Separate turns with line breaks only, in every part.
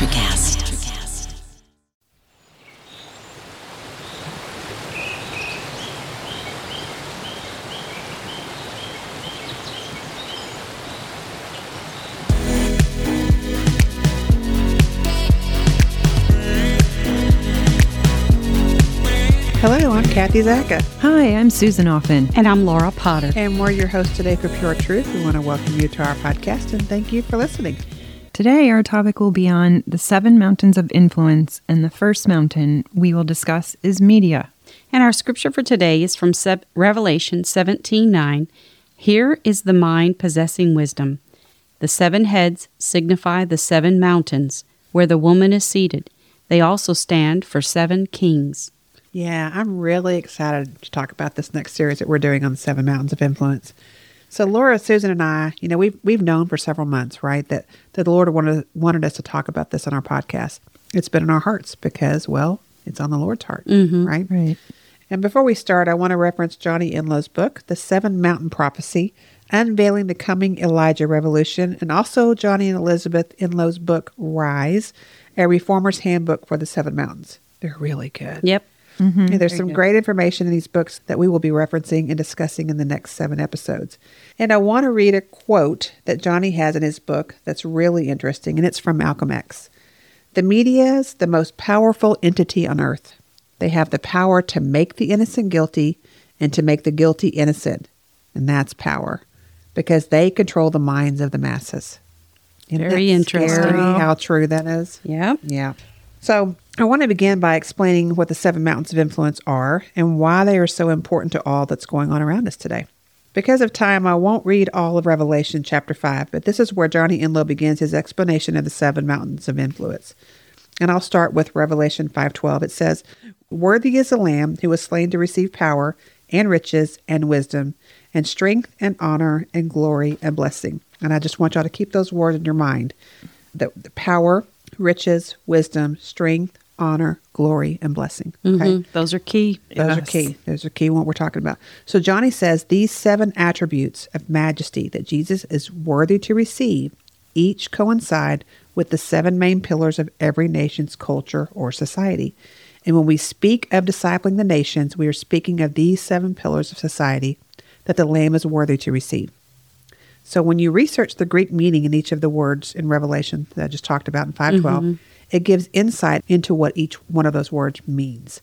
Electricast.
Hello, I'm Kathy Zaka,
Hi, I'm Susan Offen.
And I'm Laura Potter.
and we're your hosts today for Pure Truth. We want to welcome you to our podcast and thank you for listening.
Today, our topic will be on the seven mountains of influence, and the first mountain we will discuss is media.
And our scripture for today is from Sep- Revelation 17:9. Here is the mind possessing wisdom. The seven heads signify the seven mountains where the woman is seated. They also stand for seven kings.
Yeah, I'm really excited to talk about this next series that we're doing on the Seven Mountains of Influence. So, Laura, Susan, and I, you know, we've we've known for several months, right, that that the Lord wanted wanted us to talk about this on our podcast. It's been in our hearts because, well, it's on the Lord's heart, right?
Right.
And before we start, I want to reference Johnny Inlow's book, The Seven Mountain Prophecy, Unveiling the Coming Elijah Revolution, and also Johnny and Elizabeth Inlow's book, Rise, a Reformer's Handbook for the Seven Mountains. They're really good.
Yep. Mm-hmm.
Yeah, there's some great information in these books that we will be referencing and discussing in the next seven episodes. And I want to read a quote that Johnny has in his book that's really interesting, and it's from Malcolm X. The media is the most powerful entity on earth. They have the power to make the innocent guilty and to make the guilty innocent. And that's power because they control the minds of the masses. Isn't
Very
that
interesting.
Scary how true that is.
Yep.
Yeah. So I want to begin by explaining what the seven mountains of influence are and why they are so important to all that's going on around us today. Because of time, I won't read all of Revelation chapter 5, but this is where Johnny Enlow begins his explanation of the seven mountains of influence. And I'll start with Revelation 5:12. It says, "Worthy is the lamb who was slain to receive power and riches and wisdom and strength and honor and glory and blessing." And I just want y'all to keep those words in your mind. The, the power, riches, wisdom, strength, honor, glory and blessing. Okay?
Mhm. Those are key.
Those are key. Those are key what we're talking about. So Johnny says these seven attributes of majesty that Jesus is worthy to receive each coincide with the seven main pillars of every nation's culture or society. And when we speak of discipling the nations, we are speaking of these seven pillars of society that the Lamb is worthy to receive. So when you research the Greek meaning in each of the words in Revelation that I just talked about in 512, it gives insight into what each one of those words means.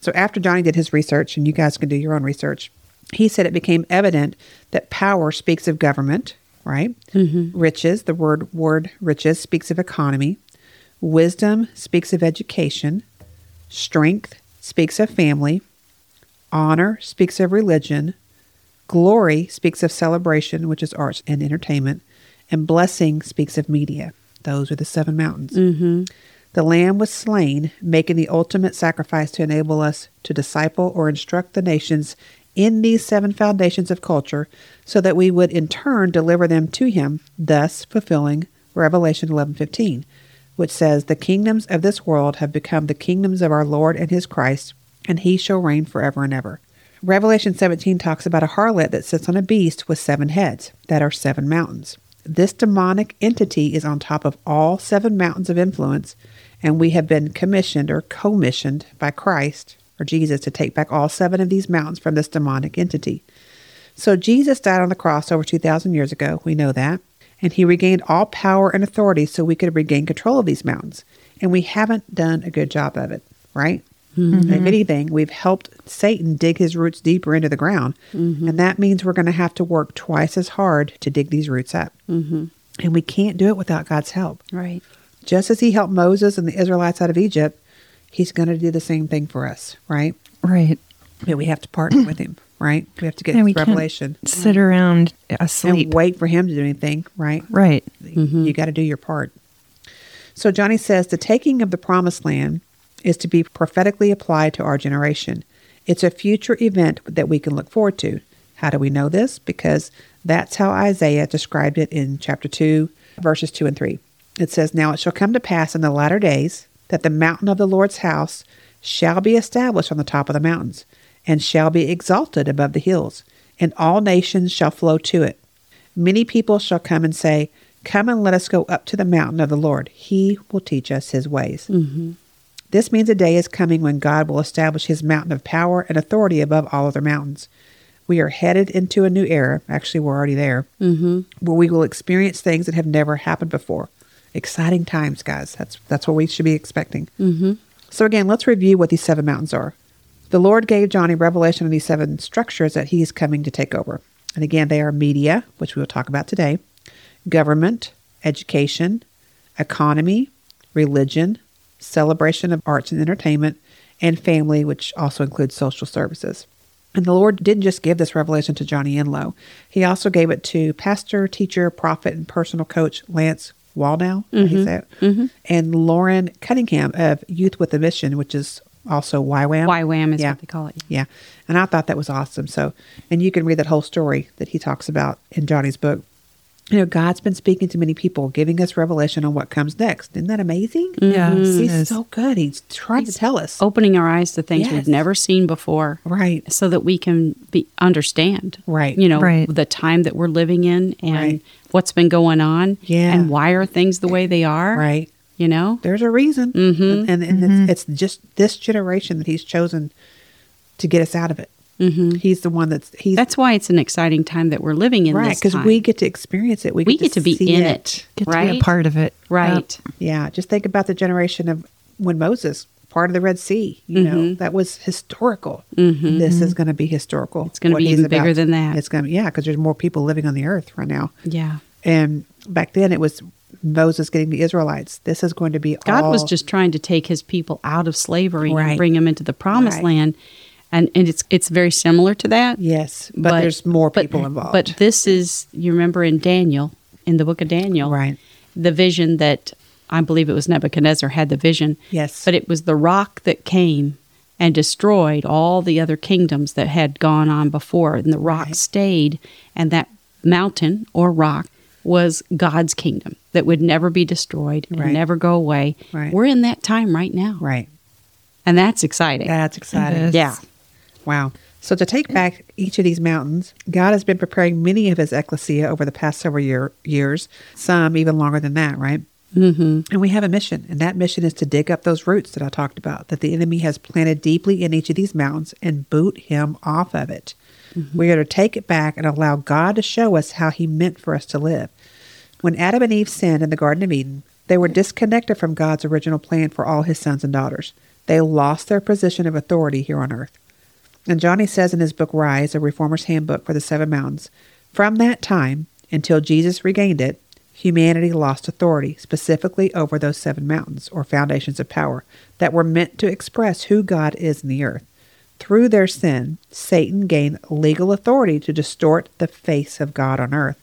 So after Johnny did his research, and you guys can do your own research, he said it became evident that power speaks of government, right? Riches, the word word riches speaks of economy. Wisdom speaks of education. Strength speaks of family. Honor speaks of religion. Glory speaks of celebration, which is arts and entertainment. And blessing speaks of media. Those are the seven mountains. Mm-hmm. The Lamb was slain, making the ultimate sacrifice to enable us to disciple or instruct the nations in these seven foundations of culture, so that we would in turn deliver them to Him, thus fulfilling Revelation 11:15, which says, "The kingdoms of this world have become the kingdoms of our Lord and His Christ, and He shall reign forever and ever." Revelation 17 talks about a harlot that sits on a beast with seven heads, that are seven mountains. This demonic entity is on top of all seven mountains of influence, and we have been commissioned or commissioned by Christ or Jesus to take back all seven of these mountains from this demonic entity. So Jesus died on the cross over 2,000 years ago. We know that. And he regained all power and authority so we could regain control of these mountains. And we haven't done a good job of it, right?
Mm-hmm.
If anything, we've helped Satan dig his roots deeper into the ground.
Mm-hmm.
And that means we're going to have to work twice as hard to dig these roots up. Mm-hmm. And we can't do it without God's help.
Right.
Just as he helped Moses and the Israelites out of Egypt, he's going to do the same thing for us, right?
Right.
But we have to partner with him, right? We have to get
And
his
we can't
revelation
sit around asleep.
and wait for him to do anything, right?
Right.
You got to do your part. So Johnny says the taking of the promised land is to be prophetically applied to our generation. It's a future event that we can look forward to. How do we know this? Because that's how Isaiah described it in chapter 2, verses 2 and 3. It says, Now it shall come to pass in the latter days that the mountain of the Lord's house shall be established on the top of the mountains, and shall be exalted above the hills, and all nations shall flow to it. Many people shall come and say, Come and let us go up to the mountain of the Lord. He will teach us his ways. This means a day is coming when God will establish his mountain of power and authority above all other mountains. We are headed into a new era. Actually, we're already there, mm-hmm. where we will experience things that have never happened before. Exciting times, guys. That's that's what we should be expecting. Mm-hmm. So again, let's review what these seven mountains are. The Lord gave Johnny revelation of these seven structures that He is coming to take over. And again, they are media, which we will talk about today, government, education, economy, religion, celebration of arts and entertainment, and family, which also includes social services. And the Lord didn't just give this revelation to Johnny Enlow. He also gave it to pastor, teacher, prophet, and personal coach Lance Waldow, I think that, and Lauren Cunningham of Youth with a Mission, which is also YWAM.
YWAM is
Yeah.
what they call it.
Yeah. And I thought that was awesome. So, and you can read that whole story that he talks about in Johnny's book. You know, God's been speaking to many people, giving us revelation on what comes next. Isn't that amazing?
Mm-hmm.
Yes, it
He's
is.
so good. He's trying to tell us.
Opening our eyes to things
Yes.
we've never seen before.
Right.
so that we can be understand
Right.
you know
Right.
the time that we're living in and
Right.
what's been going on
Yeah.
and why are things the way they are
Right.
you know
There's a reason. Mm-hmm. And, and It's, it's just this generation that he's chosen to get us out of it. Mm-hmm. He's the one that's, he's
that's why it's an exciting time that we're living in
right.
this
Because
time.
we get to experience it. We get,
we get to be
see
in
it.
it,
Get
right
to be a part of it.
right
Yeah, just think about the generation of when Moses part of the Red Sea. You
Mm-hmm.
know that was historical. This is going to be historical. It's
gonna be even bigger than that.
It's going to yeah, because there's more people living on the earth right now.
yeah
And back then it was Moses getting the Israelites. This is going to be
god was
all-
just trying to take his people out of slavery
Oh. Right.
and bring them into the promised
Right.
land and and it's it's very similar to that
yes, but, there's more
but-
people involved.
But this is you remember in Daniel, in the book of Daniel,
Right.
The vision that I believe it was Nebuchadnezzar had the vision.
Yes.
But it was the rock that came and destroyed all the other kingdoms that had gone on before, and the rock stayed, and that mountain or rock was God's kingdom that would never be destroyed and
Right.
never go away.
Right.
We're in that time right now.
right,
And that's exciting.
that's exciting.
is.
yeah.
Wow. So to take back each of these mountains, God has been preparing many of his ecclesia over the past several year, years, some even longer than that, right? Mm-hmm. And we have a mission, and that mission is to dig up those roots that I talked about that the enemy has planted deeply in each of these mountains and boot him off of it. We are to take it back and allow God to show us how he meant for us to live. When Adam and Eve sinned in the Garden of Eden, they were disconnected from God's original plan for all his sons and daughters. They lost their position of authority here on earth. And Johnny says in his book Rise, a reformer's handbook for the seven mountains, from that time until Jesus regained it, humanity lost authority, specifically over those seven mountains or foundations of power that were meant to express who God is in the earth. Through their sin, Satan gained legal authority to distort the face of God on earth,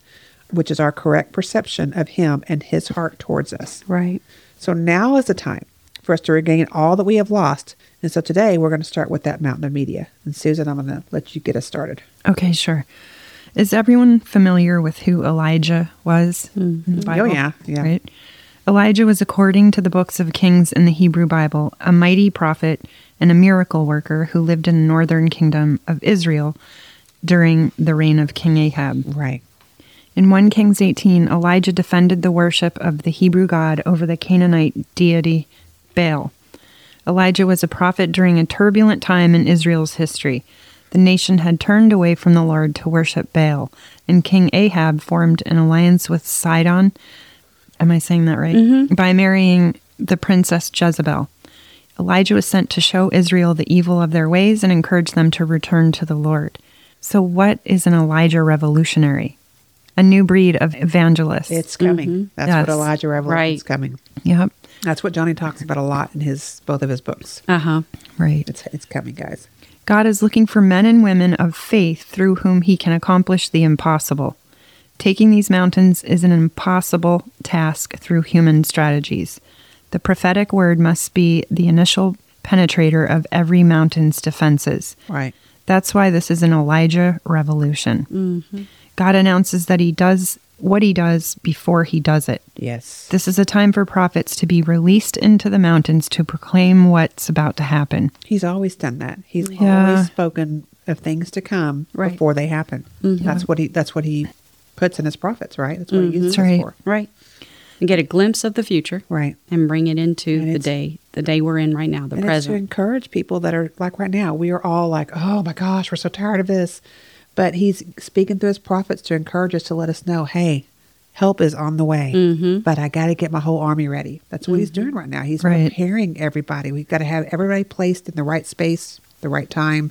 which is our correct perception of him and his heart towards us.
Right.
So now is the time for us to regain all that we have lost. And so today we're going to start with that mountain of media. And Susan, I'm going to let you get us started.
Okay, sure. Is everyone familiar with who Elijah was in the
Oh,
Bible?
yeah, yeah.
Right? Elijah was, according to the books of Kings in the Hebrew Bible, a mighty prophet and a miracle worker who lived in the northern kingdom of Israel during the reign of King Ahab.
Right.
In 1 Kings 18, Elijah defended the worship of the Hebrew God over the Canaanite deity Baal. Elijah was a prophet during a turbulent time in Israel's history. The nation had turned away from the Lord to worship Baal, and King Ahab formed an alliance with Sidon. Am I saying that right? By marrying the princess Jezebel. Elijah was sent to show Israel the evil of their ways and encourage them to return to the Lord. So, what is an Elijah revolutionary? A new breed of evangelists.
It's coming. That's
Mm-hmm. Yes.
what Elijah Revelation is
Right.
coming.
yep,
That's what Johnny talks about a lot in his both of his books.
Uh huh.
right.
It's it's coming, guys.
God is looking for men and women of faith through whom he can accomplish the impossible. Taking these mountains is an impossible task through human strategies. The prophetic word must be the initial penetrator of every mountain's defenses.
Right.
That's why this is an Elijah revolution. God announces that he does what he does before he does it.
Yes.
This is a time for prophets to be released into the mountains to proclaim what's about to happen.
He's always done that. He's
Yeah.
always spoken of things to come
Right.
before they happen. That's what he that's what he puts in his profits, right? That's what he uses
Right.
it for.
Right. And get a glimpse of the future
Right.
and bring it into
And
the
it's-
day, the day we're in right now, the
and it's to
present.
encourage people that are like right now, we are all like, oh my gosh, we're so tired of this. But he's speaking through his prophets to encourage us to let us know, hey, help is on the way, but I got to get my whole army ready. That's what he's doing right now. He's
Right.
preparing everybody. We've got to have everybody placed in the right space, the right time,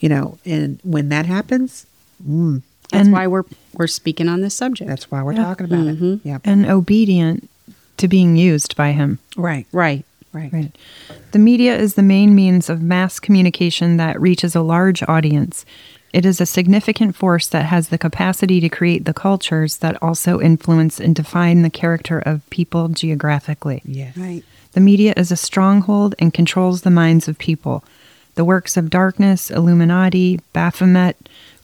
you know. And when that happens, mm,
That's
and-
why we're we're speaking on this subject.
that's why we're
Yeah. Mm-hmm.
talking about it.
Mhm.
Yeah.
and obedient to being used by him.
Right.
right.
Right.
Right. The media is the main means of mass communication that reaches a large audience. It is a significant force that has the capacity to create the cultures that also influence and define the character of people geographically.
Yes.
Right.
The media is a stronghold and controls the minds of people. The works of darkness, Illuminati, Baphomet,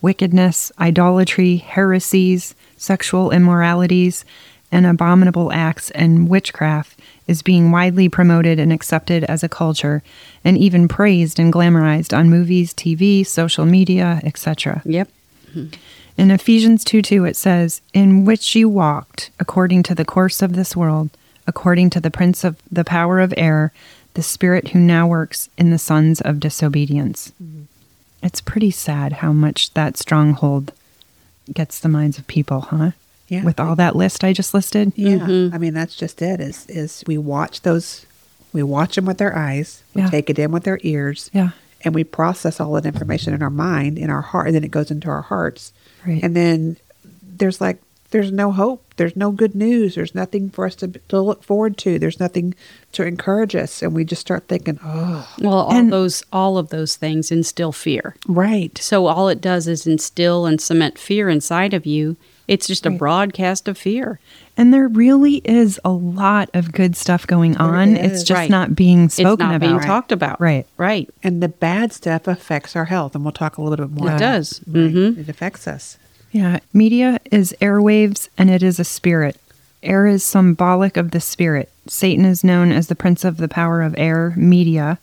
wickedness, idolatry, heresies, sexual immoralities, and abominable acts and witchcraft is being widely promoted and accepted as a culture and even praised and glamorized on movies, TV, social media, etc.
Yep.
In Ephesians 2 2, it says, In which you walked, according to the course of this world, according to the prince of the power of air, the spirit who now works in the sons of disobedience.
Mm-hmm.
It's pretty sad how much that stronghold gets the minds of people, huh?
Yeah.
With all that list I just listed?
Yeah, I mean that's just it. Is is we watch those, we watch them with our eyes, we
Yeah.
take it in with our ears,
Yeah.
and we process all that information in our mind, in our heart, and then it goes into our hearts,
Right.
and then there's like there's no hope, there's no good news, there's nothing for us to to look forward to, there's nothing to encourage us, and we just start thinking, oh,
Well, all
And-
those all of those things instill fear.
right,
So all it does is instill and cement fear inside of you. It's just a broadcast of fear.
And there really is a lot of good stuff going on. It's
is.
just
Right.
not being spoken
it's not
about.
being talked about.
Right.
Right.
and the bad stuff affects our health, and we'll talk a little bit more.
It
about
does.
Right.
Mm-hmm.
Mhm.
It affects us.
Yeah, media is airwaves and it is a spirit. Air is symbolic of the spirit. Satan is known as the prince of the power of air, media,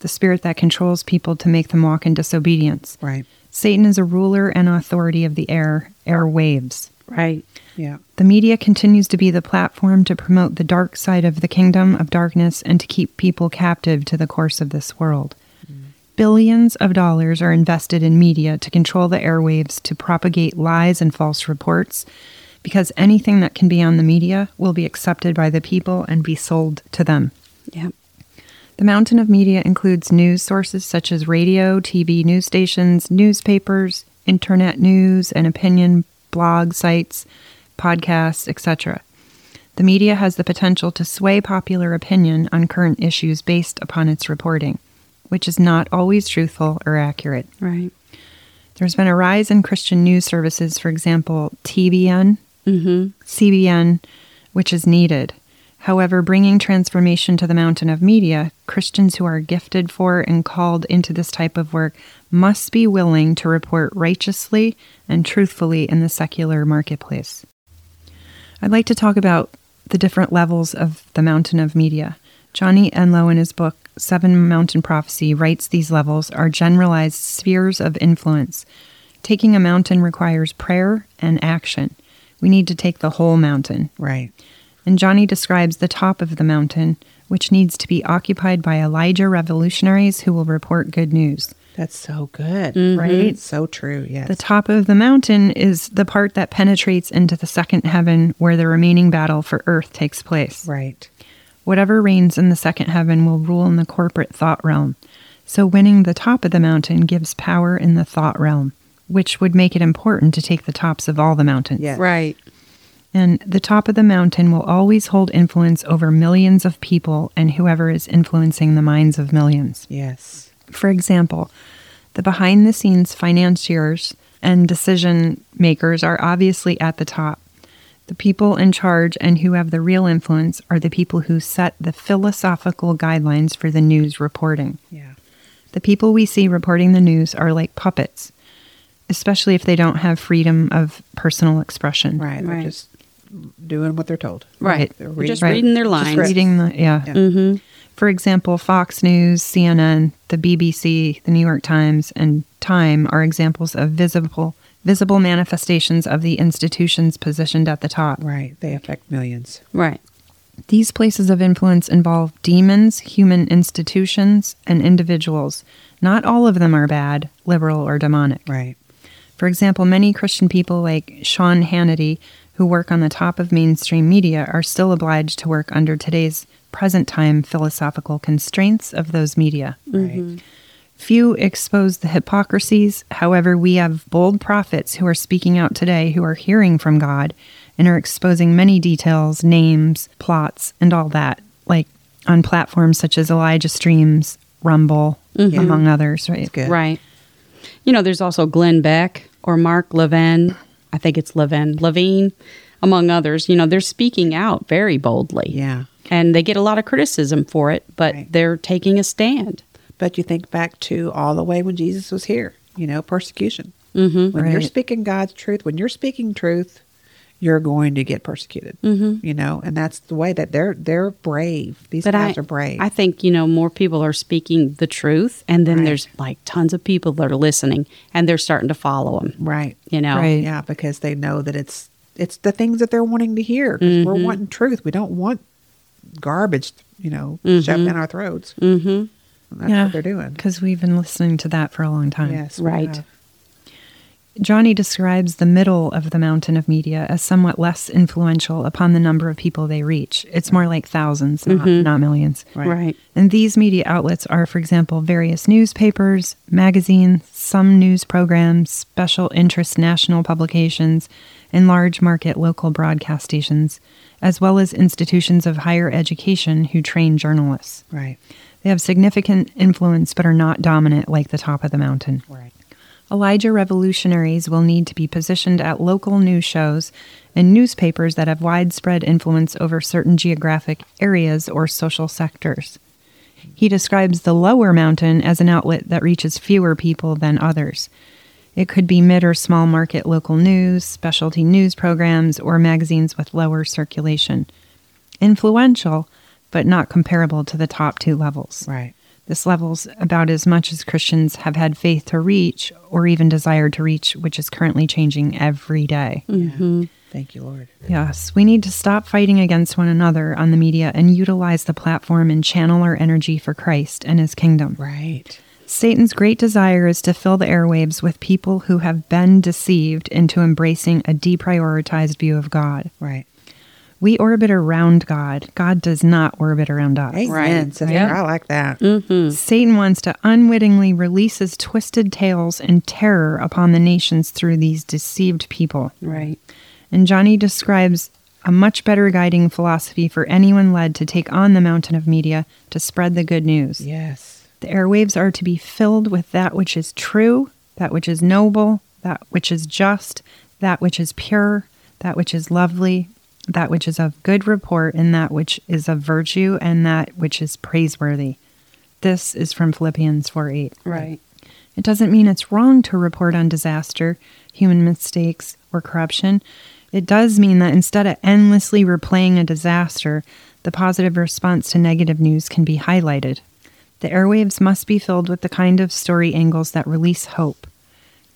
the spirit that controls people to make them walk in disobedience.
Right.
Satan is a ruler and authority of the air, airwaves.
Right.
Yeah.
The media continues to be the platform to promote the dark side of the kingdom of darkness and to keep people captive to the course of this world. Billions of dollars are invested in media to control the airwaves to propagate lies and false reports because anything that can be on the media will be accepted by the people and be sold to them.
Yep.
The mountain of media includes news sources such as radio, TV news stations, newspapers, internet news and opinion blog sites, podcasts, etc. The media has the potential to sway popular opinion on current issues based upon its reporting, which is not always truthful or accurate.
Right.
There's been a rise in Christian news services, for example, TBN, CBN, which is needed. However, bringing transformation to the mountain of media, Christians who are gifted for and called into this type of work must be willing to report righteously and truthfully in the secular marketplace. I'd like to talk about the different levels of the mountain of media. Johnny Enlow, in his book Seven Mountain Prophecy, writes these levels are generalized spheres of influence. Taking a mountain requires prayer and action. We need to take the whole mountain.
Right.
And Johnny describes the top of the mountain, which needs to be occupied by Elijah revolutionaries who will report good news.
That's so good.
Right?
So true. Yes.
The top of the mountain is the part that penetrates into the second heaven where the remaining battle for earth takes place.
Right.
Whatever reigns in the second heaven will rule in the corporate thought realm. So, winning the top of the mountain gives power in the thought realm, which would make it important to take the tops of all the mountains.
Yes.
Right.
And the top of the mountain will always hold influence over millions of people and whoever is influencing the minds of millions.
Yes.
For example, the behind the scenes financiers and decision makers are obviously at the top. The people in charge and who have the real influence are the people who set the philosophical guidelines for the news reporting.
Yeah.
The people we see reporting the news are like puppets, especially if they don't have freedom of personal expression.
Right. They're
Right.
just doing what they're told.
Right.
They're
They're just
reading-
reading their
Just
lines.
reading the yeah.
Yeah.
Mm-hmm.
For example, Fox News, CNN, the BBC, the New York Times, and Time are examples of visible visible manifestations of the institutions positioned at the top.
Right. They affect millions.
Right.
These places of influence involve demons, human institutions, and individuals. Not all of them are bad, liberal, or demonic.
Right.
For example, many Christian people like Sean Hannity, who work on the top of mainstream media, are still obliged to work under today's present time philosophical constraints of those media.
Right.
Few expose the hypocrisies. However, we have bold prophets who are speaking out today who are hearing from God and are exposing many details, names, plots, and all that, like on platforms such as Elijah Streams, Rumble, among others, right?
Mm-hmm. Good.
Right. You know, there's also Glenn Beck or Mark Levin. I think it's Levin, Levine, among others. You know, they're speaking out very boldly.
Yeah.
And they get a lot of criticism for it, but
Right.
they're taking a stand.
But you think back to all the way when Jesus was here, you know, persecution. Mm-hmm, when you're
Right.
speaking God's truth, when you're speaking truth, you're going to get persecuted. Mm-hmm. You know, and that's the way that they're they're brave. These guys
I,
are brave.
I think, you know, more people are speaking the truth. And then there's like tons of people that are listening and they're starting to follow them,
right.
you know?
Right.
Yeah, because they know that it's it's the things that they're wanting to hear. 'cause We're wanting truth. We don't want garbage, you know, shoved down our throats. Mm-hmm. that's what they're doing.
Because we've been listening to that for a long time.
Yes, we
Right.
have.
Johnny describes the middle of the mountain of media as somewhat less influential upon the number of people they reach. It's more like thousands, not, not millions.
Right.
Right.
And these media outlets are, for example, various newspapers, magazines, some news programs, special interest national publications, and large market local broadcast stations, as well as institutions of higher education who train journalists.
Right.
They have significant influence but are not dominant like the top of the mountain.
Right.
Elijah revolutionaries will need to be positioned at local news shows and newspapers that have widespread influence over certain geographic areas or social sectors. He describes the lower mountain as an outlet that reaches fewer people than others. It could be mid or small market local news, specialty news programs, or magazines with lower circulation. Influential, but not comparable to the top two levels.
Right.
This level's about as much as Christians have had faith to reach or even desired to reach, which is currently changing every day.
Mm. Yeah. Thank you, Lord.
Yes, we need to stop fighting against one another on the media and utilize the platform and channel our energy for Christ and his kingdom.
Right.
Satan's great desire is to fill the airwaves with people who have been deceived into embracing a deprioritized view of God.
Right.
We orbit around God. God does not orbit around us.
Amen,
Right.
sister.
Yeah.
I like that.
Mm. Satan wants to unwittingly release his twisted tales and terror upon the nations through these deceived people.
Right.
And Johnny describes a much better guiding philosophy for anyone led to take on the mountain of media to spread the good news.
Yes.
The airwaves are to be filled with that which is true, that which is noble, that which is just, that which is pure, that which is lovely, that which is of good report, and that which is of virtue, and that which is praiseworthy. This is from Philippians 4 8.
Right.
It doesn't mean it's wrong to report on disaster, human mistakes, or corruption. It does mean that instead of endlessly replaying a disaster, the positive response to negative news can be highlighted. The airwaves must be filled with the kind of story angles that release hope.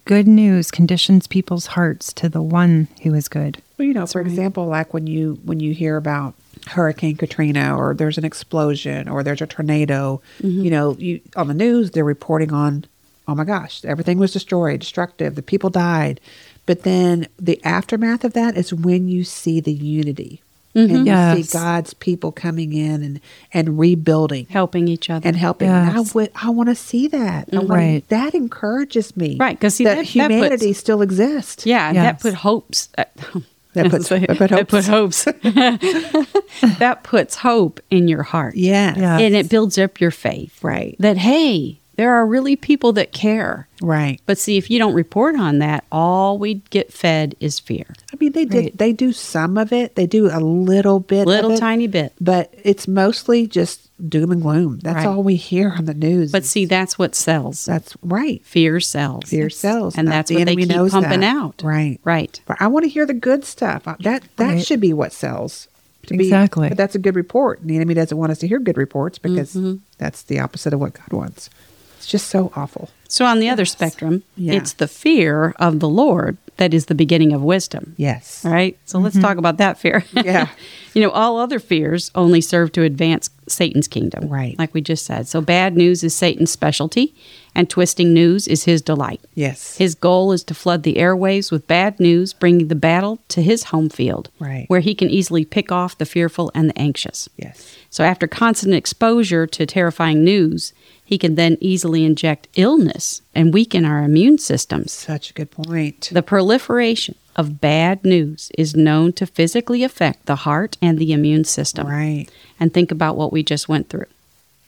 Good news conditions people's hearts to the one who is good.
Well, you know, for example, like when you when you hear about Hurricane Katrina or there's an explosion or there's a tornado, you know, you on the news they're reporting on oh my gosh, everything was destroyed, destructive, the people died. But then the aftermath of that is when you see the unity. And you
Yes.
see God's people coming in and, and rebuilding.
Helping each other.
and helping. And I
Yes.
would, I want to see that. I wanna-
Right.
that encourages me.
Right, 'cause see,
that,
that- that puts-
humanity still exists.
Yeah, and that
Yes.
put hopes. uh,
That puts-
Say-
that put
that put hopes. that puts hope in your heart.
Yes.
Yeah.
And it builds up your faith.
Right.
That, hey, there are really people that care.
Right.
But see, if you don't report on that, all we get fed is fear.
I mean, they did.
Right.
They do some of it. They do a little bit, of
Little
it,
tiny bit.
but it's mostly just doom and gloom. That's
Right.
all we hear on the news.
But see, that's what sells.
that's right.
fear sells.
Fear sells,
And
That-
that's
the
what they
enemy
keep
knows
pumping
that.
out.
Right.
Right.
But I want to hear the good stuff. I- That that
Right.
should be what sells. To be-
Exactly.
but that's a good report. The
Mm-hmm.
enemy doesn't want us to hear good reports because that's the opposite of what God wants. It's just so awful.
So on the other spectrum,
Yeah.
it's the fear of the Lord that is the beginning of wisdom.
Yes.
All right. So let's talk about that fear.
Mm-hmm. Yeah.
you know, all other fears only serve to advance Satan's kingdom.
Right.
Like we just said. So bad news is Satan's specialty, and twisting news is his delight.
Yes.
His goal is to flood the airwaves with bad news, bringing the battle to his home field,
Right.
where he can easily pick off the fearful and the anxious.
yes.
So, after constant exposure to terrifying news, he can then easily inject illness and weaken our immune systems.
Such a good point.
The proliferation of bad news is known to physically affect the heart and the immune system.
Right.
And think about what we just went through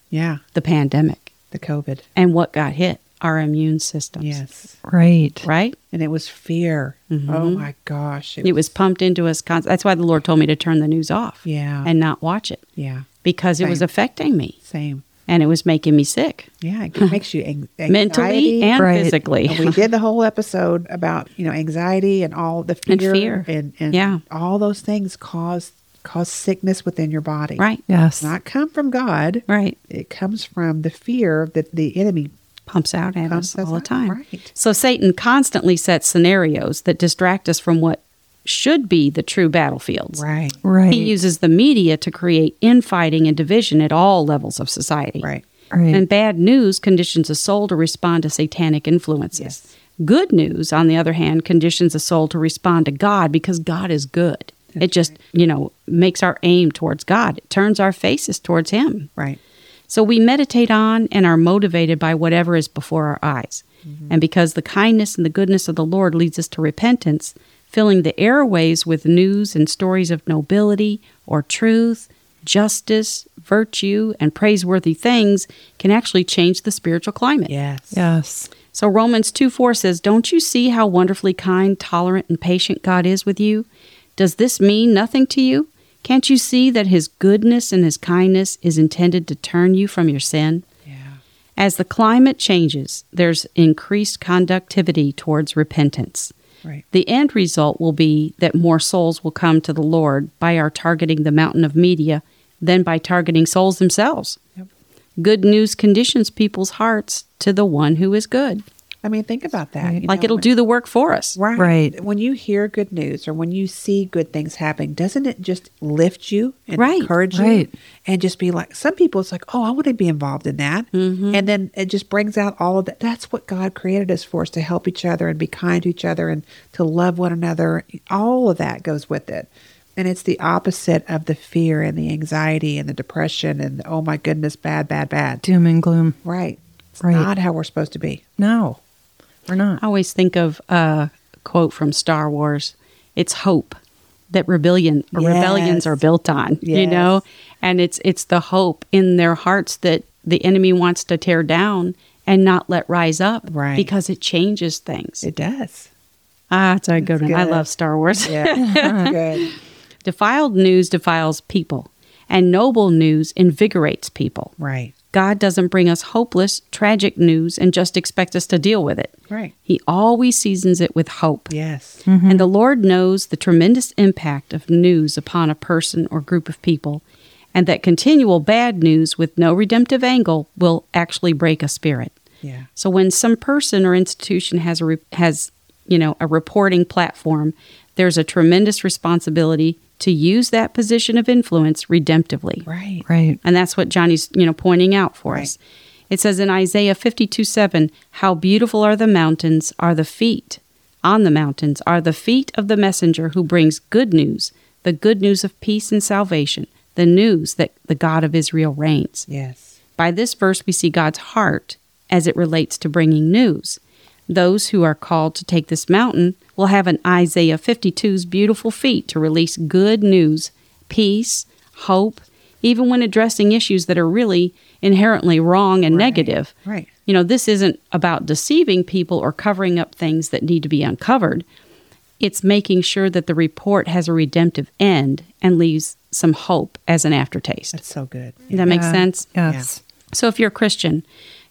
Yeah.
the pandemic
The COVID.
and what got hit our immune systems.
Yes.
Right.
Right?
And it was fear. Oh my gosh.
Mm-hmm. It was pumped into us constantly. That's why the Lord told me to turn the news off
Yeah.
and not watch it
yeah.
because it was
Same.
affecting me
Same.
and it was making me sick
Yeah. It makes you ang- anxiety.
mentally and
Right.
physically.
And we did the whole episode about you know anxiety and all the fear
And fear.
and, and
Yeah.
all those things cause cause sickness within your body.
right.
It's
Yes.
not come from God.
Right.
It comes from the fear that the enemy.
Pumps out at
Pumps
us all
us
the
out,
time.
right.
So Satan constantly sets scenarios that distract us from what should be the true battlefields.
Right.
right.
He uses the media to create infighting and division at all levels of society.
Right.
right.
And bad news conditions a soul to respond to satanic influences.
Yes.
Good news, on the other hand, conditions a soul to respond to God because God is good. it just, you know, makes our aim towards God. It turns our faces towards Him.
Right.
So we meditate on and are motivated by whatever is before our eyes. And because the kindness and the goodness of the Lord leads us to repentance, filling the airways with news and stories of nobility or truth, justice, virtue, and praiseworthy things can actually change the spiritual climate.
Yes.
yes.
So Romans 2 4 says, Don't you see how wonderfully kind, tolerant, and patient God is with you? Does this mean nothing to you? Can't you see that his goodness and his kindness is intended to turn you from your sin?
Yeah.
As the climate changes, there's increased conductivity towards repentance.
Right.
The end result will be that more souls will come to the Lord by our targeting the mountain of media than by targeting souls themselves.
Yep.
Good news conditions people's hearts to the one who is good
I mean, think about that. you
like
know,
it'll
when-
do the work for us.
Right.
Right.
When you hear good news or when you see good things happening, doesn't it just lift you and
Right.
encourage you
Right.
and just be like, some people, it's like, oh, I want to be involved in that. And then it just brings out all of that. That's what God created us for, is to help each other and be kind to each other and to love one another. All of that goes with it. And it's the opposite of the fear and the anxiety and the depression and the, oh my goodness, bad, bad, bad.
Doom and gloom.
Right. It's
Right.
not how we're supposed to be.
No, we're not.
I always think of a quote from Star Wars. It's hope that rebellion or
Yes.
rebellions are built on, you
Yes.
know? And it's it's the hope in their hearts that the enemy wants to tear down and not let rise up
Right.
because it changes things.
It does.
ah, it's a good one. I
good.
love Star Wars.
Yeah. good.
Defiled news defiles people, and noble news invigorates people.
Right.
God doesn't bring us hopeless, tragic news and just expect us to deal with it.
Right.
He always seasons it with hope.
Yes.
And the Lord knows the tremendous impact of news upon a person or group of people, and that continual bad news with no redemptive angle will actually break a spirit.
Yeah.
So when some person or institution has a re- has you know a reporting platform, there's a tremendous responsibility to use that position of influence redemptively.
Right.
Right.
And that's what Johnny's, you know, pointing out for us. It says in Isaiah 52 7, How beautiful are the mountains, are the feet, on the mountains, are the feet of the messenger who brings good news, the good news of peace and salvation, the news that the God of Israel reigns.
Yes.
By this verse, we see God's heart as it relates to bringing news. Those who are called to take this mountain will have an Isaiah 52's beautiful feet to release good news, peace, hope, even when addressing issues that are really inherently wrong and negative.
Right.
You know, this isn't about deceiving people or covering up things that need to be uncovered. It's making sure that the report has a redemptive end and leaves some hope as an aftertaste.
That's so good.
Does that make
Yeah.
sense?
Yes.
So if you're a Christian,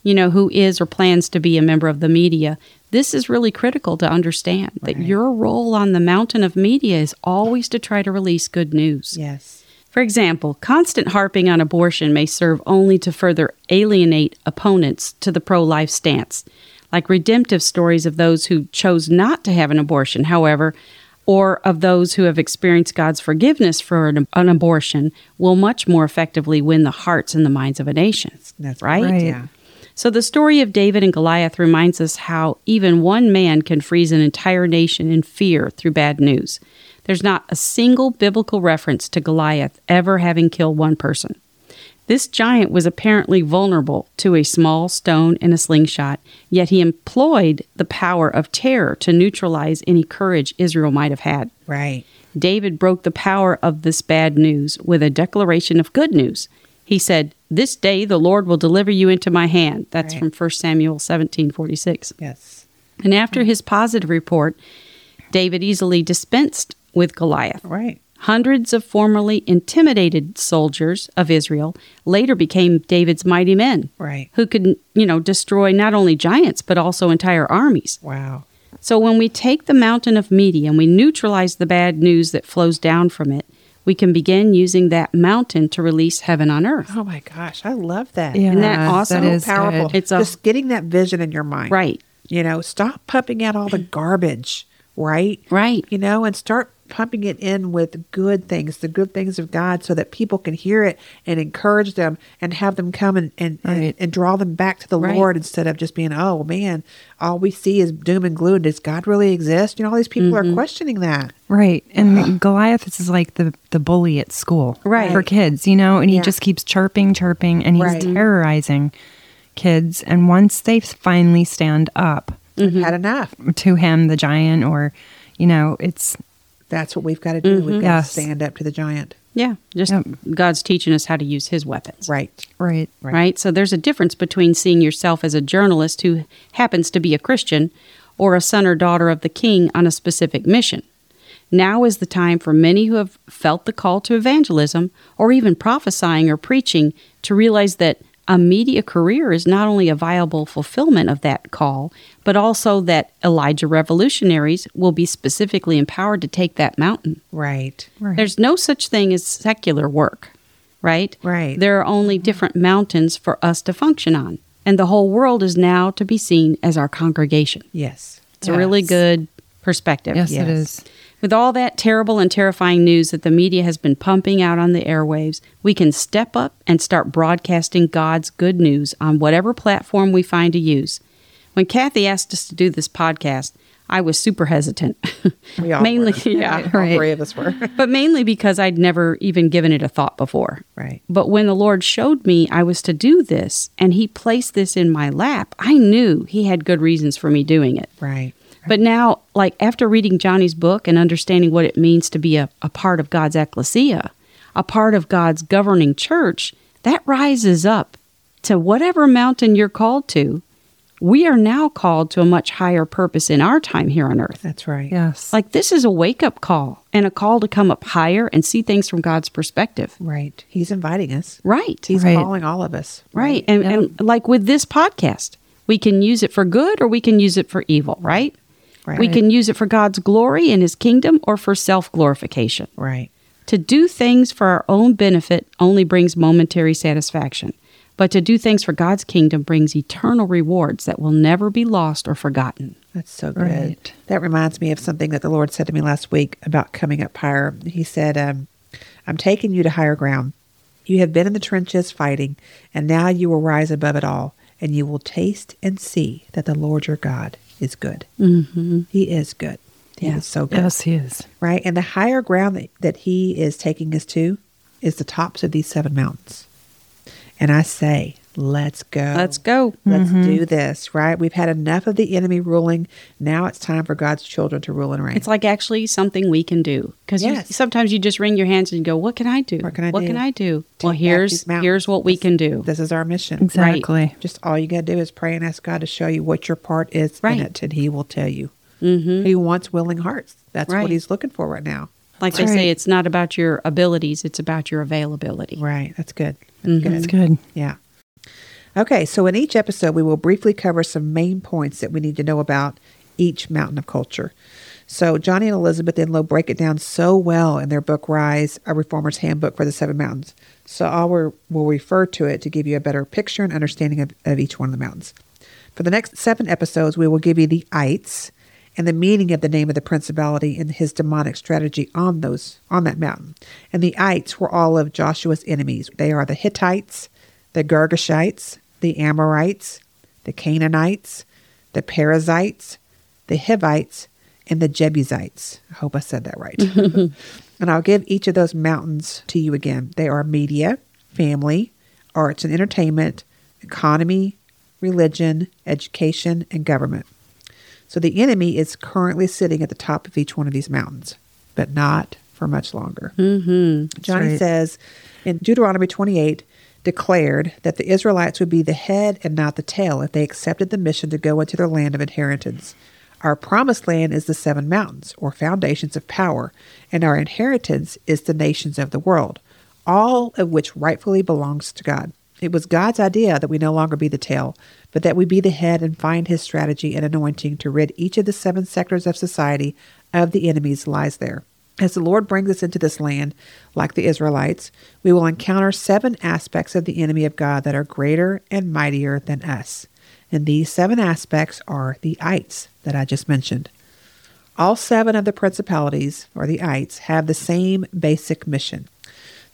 you know, who is or plans to be a member of the media, this is really critical to understand that
Right.
your role on the mountain of media is always to try to release good news.
Yes.
For example, constant harping on abortion may serve only to further alienate opponents to the pro life stance. like redemptive stories of those who chose not to have an abortion, however, or of those who have experienced God's forgiveness for an, an abortion, will much more effectively win the hearts and the minds of a nation.
That's
right.
right.
Yeah.
So the story of David and Goliath reminds us how even one man can freeze an entire nation in fear through bad news. There's not a single biblical reference to Goliath ever having killed one person. This giant was apparently vulnerable to a small stone and a slingshot, yet he employed the power of terror to neutralize any courage Israel might have had.
Right.
David broke the power of this bad news with a declaration of good news. He said, "This day the Lord will deliver you into my hand." That's
Right.
from 1 Samuel 17:46.
Yes.
And after his positive report, David easily dispensed with Goliath.
Right.
Hundreds of formerly intimidated soldiers of Israel later became David's mighty men.
Right.
Who could, you know, destroy not only giants but also entire armies.
Wow.
So when we take the mountain of media and we neutralize the bad news that flows down from it, we can begin using that mountain to release heaven on earth.
Oh my gosh, I love that.
Yeah,
Isn't that awesome?
That is
powerful.
good.
It's a-
just getting that vision in your mind.
Right.
You know, stop pumping out all the garbage, right?
Right.
You know, and start pumping it in with good things, the good things of God, so that people can hear it and encourage them and have them come and, and, and-
Right.
and, draw them back to the
Right.
Lord instead of just being, oh man, all we see is doom and gloom. Does God really exist? You know, all these people are questioning that.
Right. And Goliath is like the, the bully at school
Right.
for kids, you know, and he
Yeah.
just keeps chirping, chirping, and he's
Right.
terrorizing kids. And once they finally stand up
I've Had enough.
to him, the giant, or, you know, it's
That's what we've got to do. We've got
Yes.
to stand up to the giant.
Yeah, just
Yep.
God's teaching us how to use his weapons.
Right.
right.
Right.
Right. So there's a difference between seeing yourself as a journalist who happens to be a Christian or a son or daughter of the king on a specific mission. Now is the time for many who have felt the call to evangelism or even prophesying or preaching to realize that a media career is not only a viable fulfillment of that call, but also that Elijah revolutionaries will be specifically empowered to take that mountain.
Right.
Right.
There's no such thing as secular work, right?
Right.
There are only different mountains for us to function on. And the whole world is now to be seen as our congregation.
Yes.
It's a really
Yes.
good perspective.
Yes,
Yes.
it is.
With all that terrible and terrifying news that the media has been pumping out on the airwaves, we can step up and start broadcasting God's good news on whatever platform we find to use. When Kathy asked us to do this podcast, I was super hesitant.
We all
mainly,
were.
yeah,
All
Right.
three of us were.
but mainly because I'd never even given it a thought before.
Right.
But when the Lord showed me I was to do this and He placed this in my lap, I knew He had good reasons for me doing it.
Right.
But now, like after reading Johnny's book and understanding what it means to be a, a part of God's ecclesia, a part of God's governing church, that rises up to whatever mountain you're called to. We are now called to a much higher purpose in our time here on earth.
That's right.
Yes.
Like, this is a wake up call and a call to come up higher and see things from God's perspective.
Right. He's inviting us.
Right.
He's
Right.
calling all of us.
right. And, and like with this podcast, we can use it for good or we can use it for evil, right?
Right.
We can use it for God's glory and his kingdom or for self glorification.
Right.
To do things for our own benefit only brings momentary satisfaction, but to do things for God's kingdom brings eternal rewards that will never be lost or forgotten.
That's so good.
Right.
That reminds me of something that the Lord said to me last week about coming up higher. He said, um, I'm taking you to higher ground. You have been in the trenches fighting, and now you will rise above it all, and you will taste and see that the Lord your God is good. Mm-hmm. He is good. He
Yeah.
is so good.
Yes, he is.
Right? And the higher ground that, that he is taking us to is the tops of these seven mountains. And I say, let's go.
Let's go. Mm-hmm.
Let's do this, right? We've had enough of the enemy ruling. Now it's time for God's children to rule and reign.
It's like actually something we can do because
Yes.
sometimes you just wring your hands and go, "What can I do?
What can I do?
Well,
Take back
here's
these mountains.
here's what we can do.
this is our mission.
Exactly.
Just all you got to do is pray and ask God to show you what your part is
Right.
in it, and He will tell you. Mm-hmm. He wants willing hearts. That's
Right.
what He's looking for right now.
Like they
That's
say,
right.
it's not about your abilities; it's about your availability.
Right. That's good.
Mm-hmm.
That's good.
Yeah. Okay, so in each episode, we will briefly cover some main points that we need to know about each mountain of culture. So, Johnny and Elizabeth Enlow break it down so well in their book Rise, A Reformer's Handbook for the Seven Mountains. So, I will will refer to it to give you a better picture and understanding of, of each one of the mountains. For the next seven episodes, we will give you the ites and the meaning of the name of the principality and his demonic strategy on those on that mountain. And the ites were all of Joshua's enemies. They are the Hittites, the Girgashites, the Amorites, the Canaanites, the Perizzites, the Hivites, and the Jebusites. I hope I said that right. and I'll give each of those mountains to you again. They are media, family, arts and entertainment, economy, religion, education, and government. So the enemy is currently sitting at the top of each one of these mountains, but not for much longer. Mm-hmm. Johnny
right.
says in Deuteronomy 28 declared that the Israelites would be the head and not the tail if they accepted the mission to go into their land of inheritance. Our promised land is the seven mountains, or foundations of power, and our inheritance is the nations of the world, all of which rightfully belongs to God. It was God's idea that we no longer be the tail, but that we be the head and find his strategy and anointing to rid each of the seven sectors of society of the enemies lies there. As the Lord brings us into this land, like the Israelites, we will encounter seven aspects of the enemy of God that are greater and mightier than us. And these seven aspects are the ites that I just mentioned. All seven of the principalities, or the ites, have the same basic mission.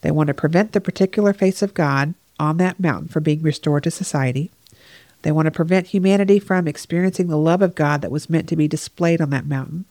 They want to prevent the particular face of God on that mountain from being restored to society. They want to prevent humanity from experiencing the love of God that was meant to be displayed on that mountain.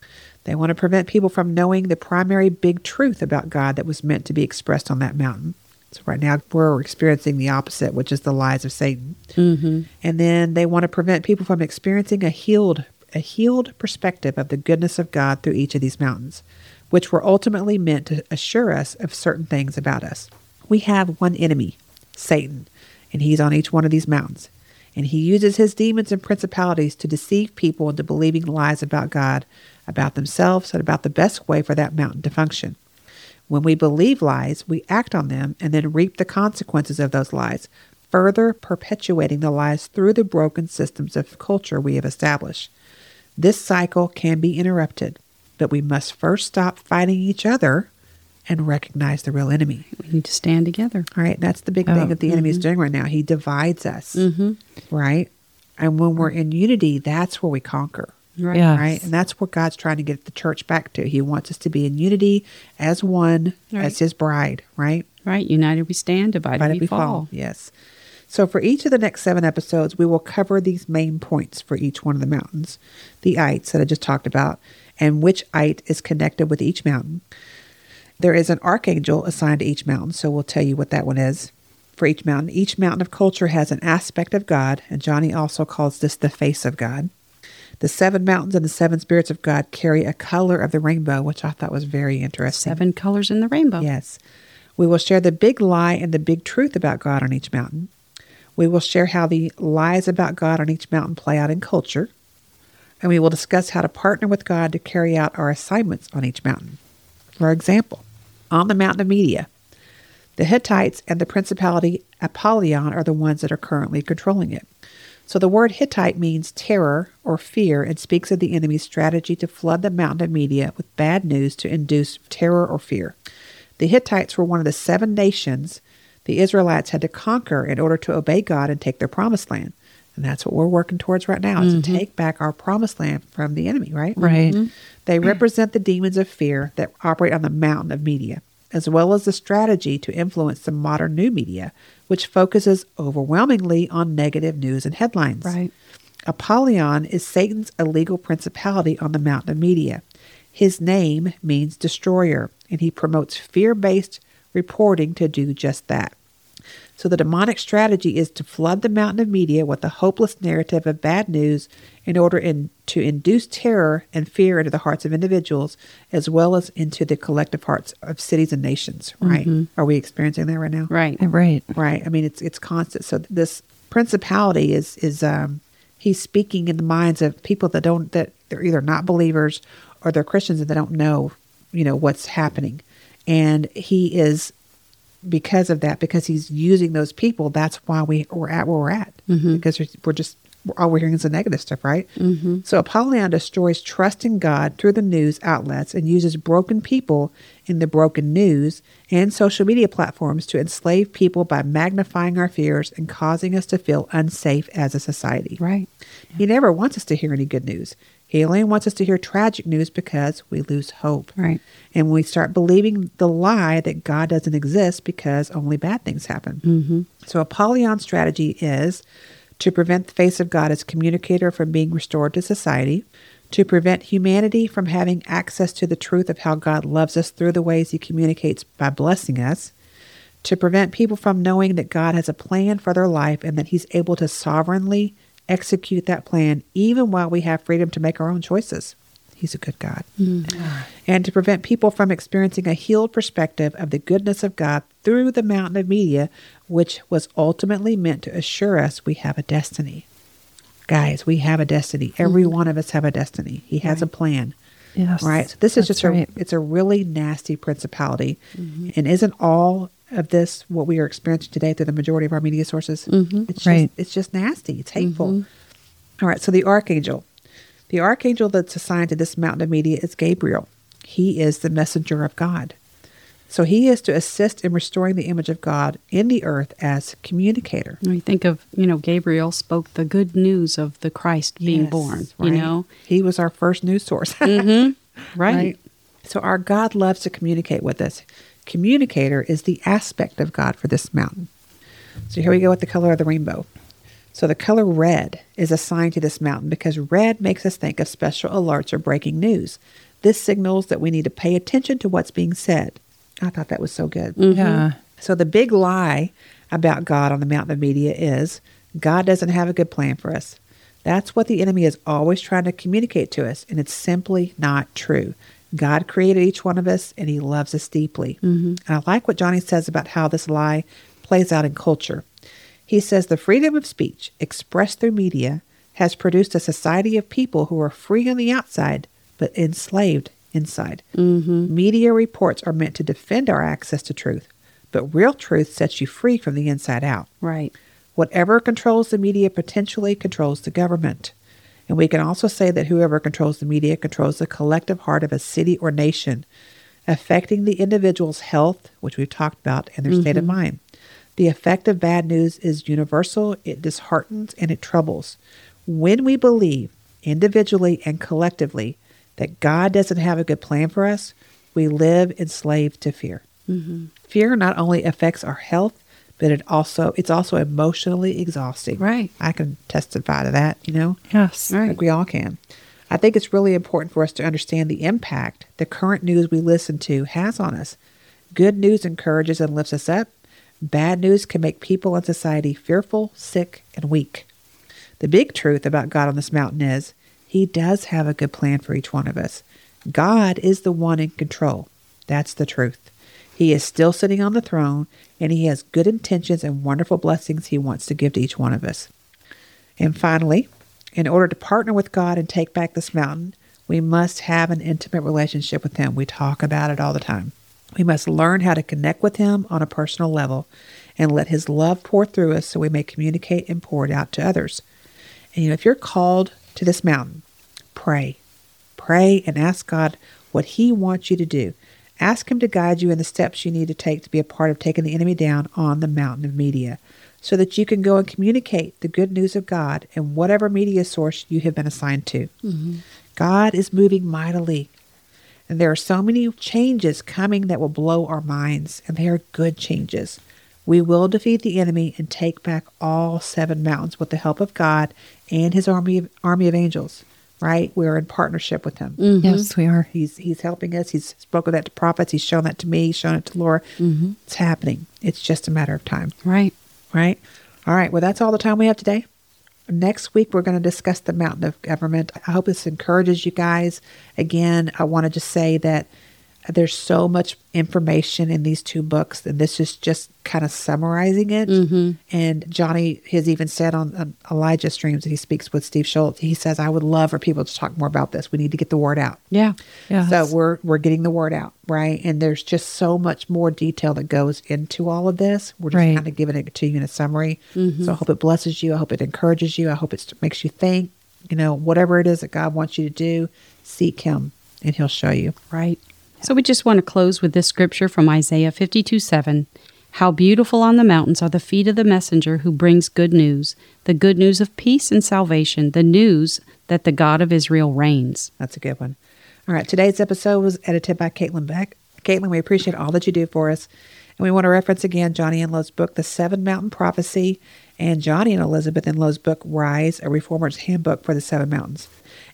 They want to prevent people from knowing the primary big truth about God that was meant to be expressed on that mountain. So, right now, we're experiencing the opposite, which is the lies of Satan. Mm-hmm. And then they want to prevent people from experiencing a healed, a healed perspective of the goodness of God through each of these mountains, which were ultimately meant to assure us of certain things about us. We have one enemy, Satan, and he's on each one of these mountains. And he uses his demons and principalities to deceive people into believing lies about God, about themselves, and about the best way for that mountain to function. When we believe lies, we act on them and then reap the consequences of those lies, further perpetuating the lies through the broken systems of culture we have established. This cycle can be interrupted, but we must first stop fighting each other and recognize the real enemy.
We need to stand together.
All right, that's the big thing
Oh,
that the enemy is doing right now. He divides us, right? And when we're in unity, that's where we conquer,
Right.
Yeah.
right? And that's where God's trying to get the church back to. He wants us to be in unity as one,
Right.
as His bride, right?
Right. United we stand, divided,
Right
we,
if we
fall.
fall. Yes. So for each of the next seven episodes, we will cover these main points for each one of the mountains, the ites that I just talked about, and which ite is connected with each mountain. There is an archangel assigned to each mountain, so we'll tell you what that one is. For each mountain, each mountain of culture has an aspect of God, and Johnny also calls this the face of God. The seven mountains and the seven spirits of God carry a color of the rainbow, which I thought was very interesting.
Seven colors in the rainbow.
Yes. We will share the big lie and the big truth about God on each mountain. We will share how the lies about God on each mountain play out in culture. And we will discuss how to partner with God to carry out our assignments on each mountain. For example, on the mountain of media, the Hittites and the principality Apollyon are the ones that are currently controlling it. So the word Hittite means terror or fear and speaks of the enemy's strategy to flood the mountain of media with bad news to induce terror or fear. The Hittites were one of the seven nations the Israelites had to conquer in order to obey God and take their promised land. And that's what we're working towards right now is to take back our promised land from the enemy, right?
Right.
They represent the demons of fear that operate on the mountain of media, as well as the strategy to influence the modern new media, which focuses overwhelmingly on negative news and headlines.
Right.
Apollyon is Satan's illegal principality on the mountain of media. His name means destroyer, and he promotes fear based reporting to do just that. So the demonic strategy is to flood the mountain of media with a hopeless narrative of bad news in order in, to induce terror and fear into the hearts of individuals as well as into the collective hearts of cities and nations, right? Are we experiencing that right now?
Right.
Right.
Right. I mean, it's it's constant. So this principality is is um, he's speaking in the minds of people that don't that they're either not believers or they're Christians and they don't know you know what's happening, and he is because of that because he's using those people. That's why we we're at where we're at because we're- we're just all we're hearing is the negative stuff, right? Mm-hmm. So Apollyon destroys trust in God through the news outlets and uses broken people in the broken news and social media platforms to enslave people by magnifying our fears and causing us to feel unsafe as a society.
Right.
He never wants us to hear any good news. He only wants us to hear tragic news because we lose hope.
Right.
And we start believing the lie that God doesn't exist because only bad things happen. Mm-hmm. So Apollyon's strategy is to prevent the face of God as communicator from being restored to society, to prevent humanity from having access to the truth of how God loves us through the ways he communicates by blessing us, to prevent people from knowing that God has a plan for their life and that he's able to sovereignly execute that plan even while we have freedom to make our own choices. He's a good God. And to prevent people from experiencing a healed perspective of the goodness of God through the mountain of media, which was ultimately meant to assure us we have a destiny. Guys, we have a destiny. Every one of us have a destiny. He has a plan.
Yes.
Right. So this is
That's
just a
right.
it's a really nasty principality. And isn't all of this what we are experiencing today through the majority of our media sources? Mm-hmm. It's
Right.
just it's just nasty. It's hateful. All right, so the archangel. The archangel that's assigned to this mountain of media is Gabriel. He is the messenger of God. So he is to assist in restoring the image of God in the earth as communicator.
I think of, you know, Gabriel spoke the good news of the Christ being
Yes,
born,
right.
you know?
He was our first news source.
Right.
So our God loves to communicate with us. Communicator is the aspect of God for this mountain. So here we go with the color of the rainbow. So the color red is assigned to this mountain because red makes us think of special alerts or breaking news. This signals that we need to pay attention to what's being said. I thought that was so good.
Yeah.
So the big lie about God on the mountain of media is God doesn't have a good plan for us. That's what the enemy is always trying to communicate to us, and it's simply not true. God created each one of us, and He loves us deeply. And I like what Johnny says about how this lie plays out in culture. He says the freedom of speech expressed through media has produced a society of people who are free on the outside but enslaved inside. Media reports are meant to defend our access to truth, but real truth sets you free from the inside out.
Right.
Whatever controls the media potentially controls the government. And we can also say that whoever controls the media controls the collective heart of a city or nation, affecting the individual's health, which we've talked about, and their state of mind. The effect of bad news is universal, it disheartens, and it troubles. When we believe, individually and collectively, that God doesn't have a good plan for us, we live enslaved to fear. Fear not only affects our health, but it also it's also emotionally exhausting.
Right.
I can testify to that, you know.
Yes.
Right.
Like we all can. I think it's really important for us to understand the impact the current news we listen to has on us. Good news encourages and lifts us up. Bad news can make people and society fearful, sick, and weak. The big truth about God on this mountain is He does have a good plan for each one of us. God is the one in control. That's the truth. He is still sitting on the throne, and He has good intentions and wonderful blessings He wants to give to each one of us. And finally, in order to partner with God and take back this mountain, we must have an intimate relationship with Him. We talk about it all the time. We must learn how to connect with Him on a personal level and let His love pour through us so we may communicate and pour it out to others. And you know, if you're called to this mountain, pray. Pray and ask God what He wants you to do. Ask Him to guide you in the steps you need to take to be a part of taking the enemy down on the mountain of media so that you can go and communicate the good news of God in whatever media source you have been assigned to. God is moving mightily. And there are so many changes coming that will blow our minds, and they are good changes. We will defeat the enemy and take back all seven mountains with the help of God and his army of, army of angels, right? We are in partnership with him.
Yes, we are.
He's he's helping us. He's spoken that to prophets. He's shown that to me. He's shown it to Laura. It's happening. It's just a matter of time,
Right.
right? All right. Well, that's all the time we have today. Next week we're going to discuss the mountain of government. I hope this encourages you guys. Again, I want to just say that There's so much information in these two books, and this is just kind of summarizing it. And Johnny has even said on, on Elijah streams that he speaks with Steve Schultz. He says, "I would love for people to talk more about this. We need to get the word out."
Yeah.
Yeah.
So we're we're getting the word out, right? And there's just so much more detail that goes into all of this. We're just
Right. Mm-hmm.
kind of giving it to you in a summary. So I hope it blesses you. I hope it encourages you. I hope it makes you think. You know, whatever it is that God wants you to do, seek Him, and He'll show you.
Right. So we just want to close with this scripture from Isaiah 52 7. How beautiful on the mountains are the feet of the messenger who brings good news, the good news of peace and salvation, the news that the God of Israel reigns.
That's a good one. All right. Today's episode was edited by Caitlin Beck. Caitlin, we appreciate all that you do for us. And we want to reference again Johnny and Lowe's book, The Seven Mountain Prophecy, and Johnny and Elizabeth and Lowe's book, Rise, a Reformer's Handbook for the Seven Mountains.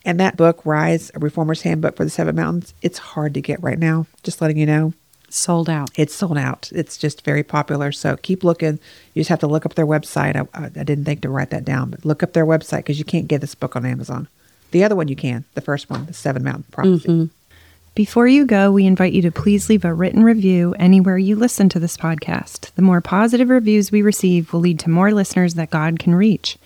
And that book, Rise, a Reformer's Handbook for the Seven Mountains, it's hard to get right now, just letting you know
Sold out.
it's sold out. It's just very popular. So keep looking. You just have to look up their website. I, I, I didn't think to write that down, but look up their website because you can't get this book on Amazon. The other one you can, the first one, the Seven Mountain Prophecy.
Before you go, we invite you to please leave a written review anywhere you listen to this podcast. The more positive reviews we receive will lead to more listeners that God can reach.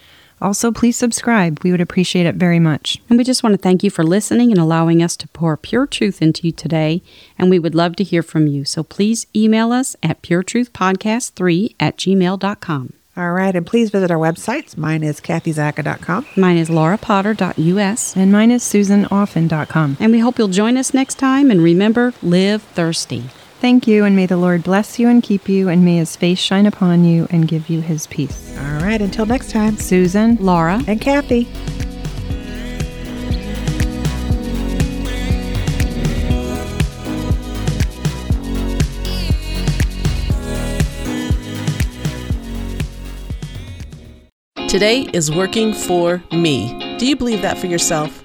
Also, please subscribe. We would appreciate it very much.
And we just want to thank you for listening and allowing us to pour pure truth into you today. And we would love to hear from you. So please email us at puretruthpodcast3 at gmail.com.
All right. And please visit our websites. Mine is kathyzaka.com.
Mine is laurapotter.us.
And mine is susanoffen.com.
And we hope you'll join us next time. And remember, live thirsty.
Thank you, and may the Lord bless you and keep you, and may his face shine upon you and give you his peace.
All right. Until next time.
Susan,
Laura.
And Kathy.
Today is working for me. Do you believe that for yourself?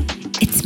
it's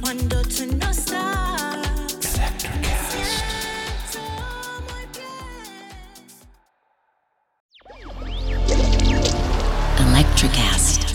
cuando tú no estás. Siento muy bien.
Electricast.